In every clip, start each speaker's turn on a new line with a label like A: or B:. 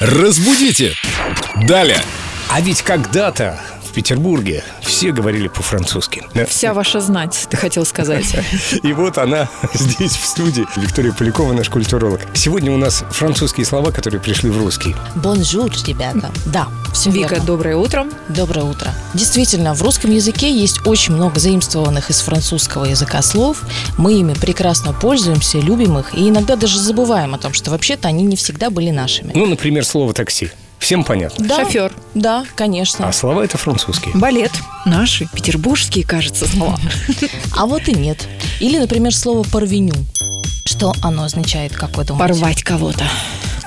A: Разбудите! Далее!
B: А ведь когда-то в Петербурге все говорили по-французски.
C: Вся ваша знать, ты хотел сказать.
B: И вот она здесь, в студии. Виктория Полякова, наш культуролог. Сегодня у нас французские слова, которые пришли в русский.
D: Бонжур, ребята. Да, все
C: Вика,
D: верно.
C: доброе утро.
D: Доброе утро. Действительно, в русском языке есть очень много заимствованных из французского языка слов. Мы ими прекрасно пользуемся, любим их и иногда даже забываем о том, что вообще-то они не всегда были нашими.
B: Ну, например, слово «такси». Всем понятно.
D: Да,
C: Шофер.
D: Да, конечно.
B: А слова это французские.
C: Балет. Наши, петербургские, кажется, слова.
D: А вот и нет. Или, например, слово «порвеню». Что оно означает, как вы думаете?
C: Порвать кого-то.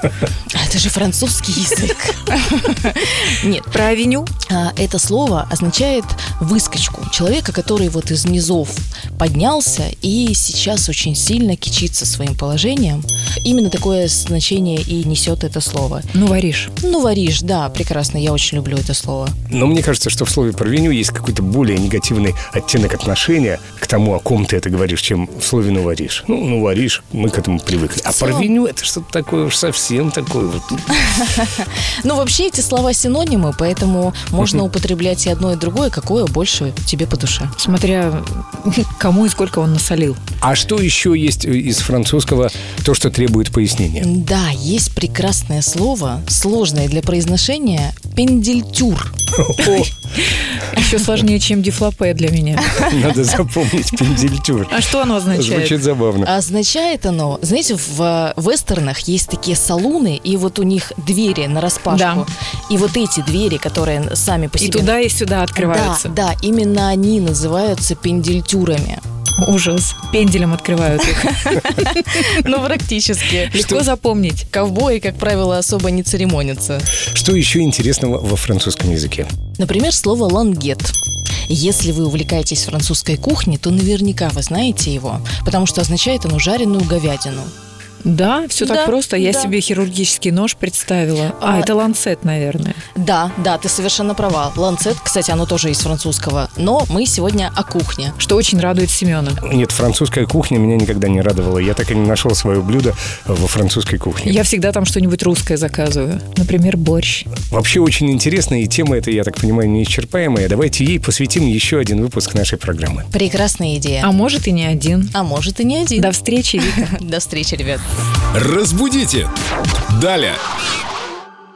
D: Это же французский язык. Нет,
C: Про авеню?
D: А, Это слово означает выскочку. Человека, который вот из низов поднялся и сейчас очень сильно кичится своим положением. Именно такое значение и несет это слово.
C: Ну, варишь.
D: Ну, варишь, да, прекрасно, я очень люблю это слово.
B: Но мне кажется, что в слове «порвеню» есть какой-то более негативный оттенок отношения к тому, о ком ты это говоришь, чем в слове «ну варишь». Ну, «ну варишь», мы к этому привыкли. А
D: В целом-
B: «порвеню» — это что-то такое уж совсем такое. вот.
D: Ну, вообще эти слова синонимы, поэтому можно употреблять и одно, и другое, какое больше тебе по душе.
C: Смотря кому и сколько он насолил.
B: А что еще есть э, из французского то, что требует пояснения?
D: Да, есть прекрасное слово, сложное для произношения, пендельтюр.
B: О,
C: Еще сложнее, чем дифлопе для меня.
B: надо запомнить пендельтюр.
C: А что оно означает?
B: Звучит забавно.
D: А Означает оно, знаете, в э, вестернах есть такие салуны, и вот у них двери на
C: Да.
D: распашку. И вот эти двери, которые сами по
C: И
D: себе...
C: туда, и сюда
D: да,
C: открываются.
D: да, именно они называются пендельтюрами.
C: Ужас. Пенделем открывают их.
D: Ну, практически.
C: Легко запомнить.
D: Ковбои, как правило, особо не церемонятся.
B: Что еще интересного во французском языке?
D: Например, слово «лангет». Если вы увлекаетесь французской кухней, то наверняка вы знаете его, потому что означает оно жареную говядину.
C: Да, все так
D: Да,
C: просто. Я
D: да.
C: себе хирургический нож представила. А,
D: А.
C: это ланцет, наверное.
D: Да, да, ты совершенно права. Ланцет, кстати, оно тоже из французского. Но мы сегодня о кухне.
C: Что очень радует Семена.
B: Нет, французская кухня меня никогда не радовала. Я так и не нашел свое блюдо во французской кухне.
C: Я всегда там что-нибудь русское заказываю. Например, борщ.
B: Вообще очень интересно, и тема эта, я так понимаю, неисчерпаемая. Давайте ей посвятим еще один выпуск нашей программы.
D: Прекрасная идея.
C: А может и не один.
D: А может и не один.
C: До встречи, Вика.
D: До встречи, ребят.
A: Разбудите! Далее!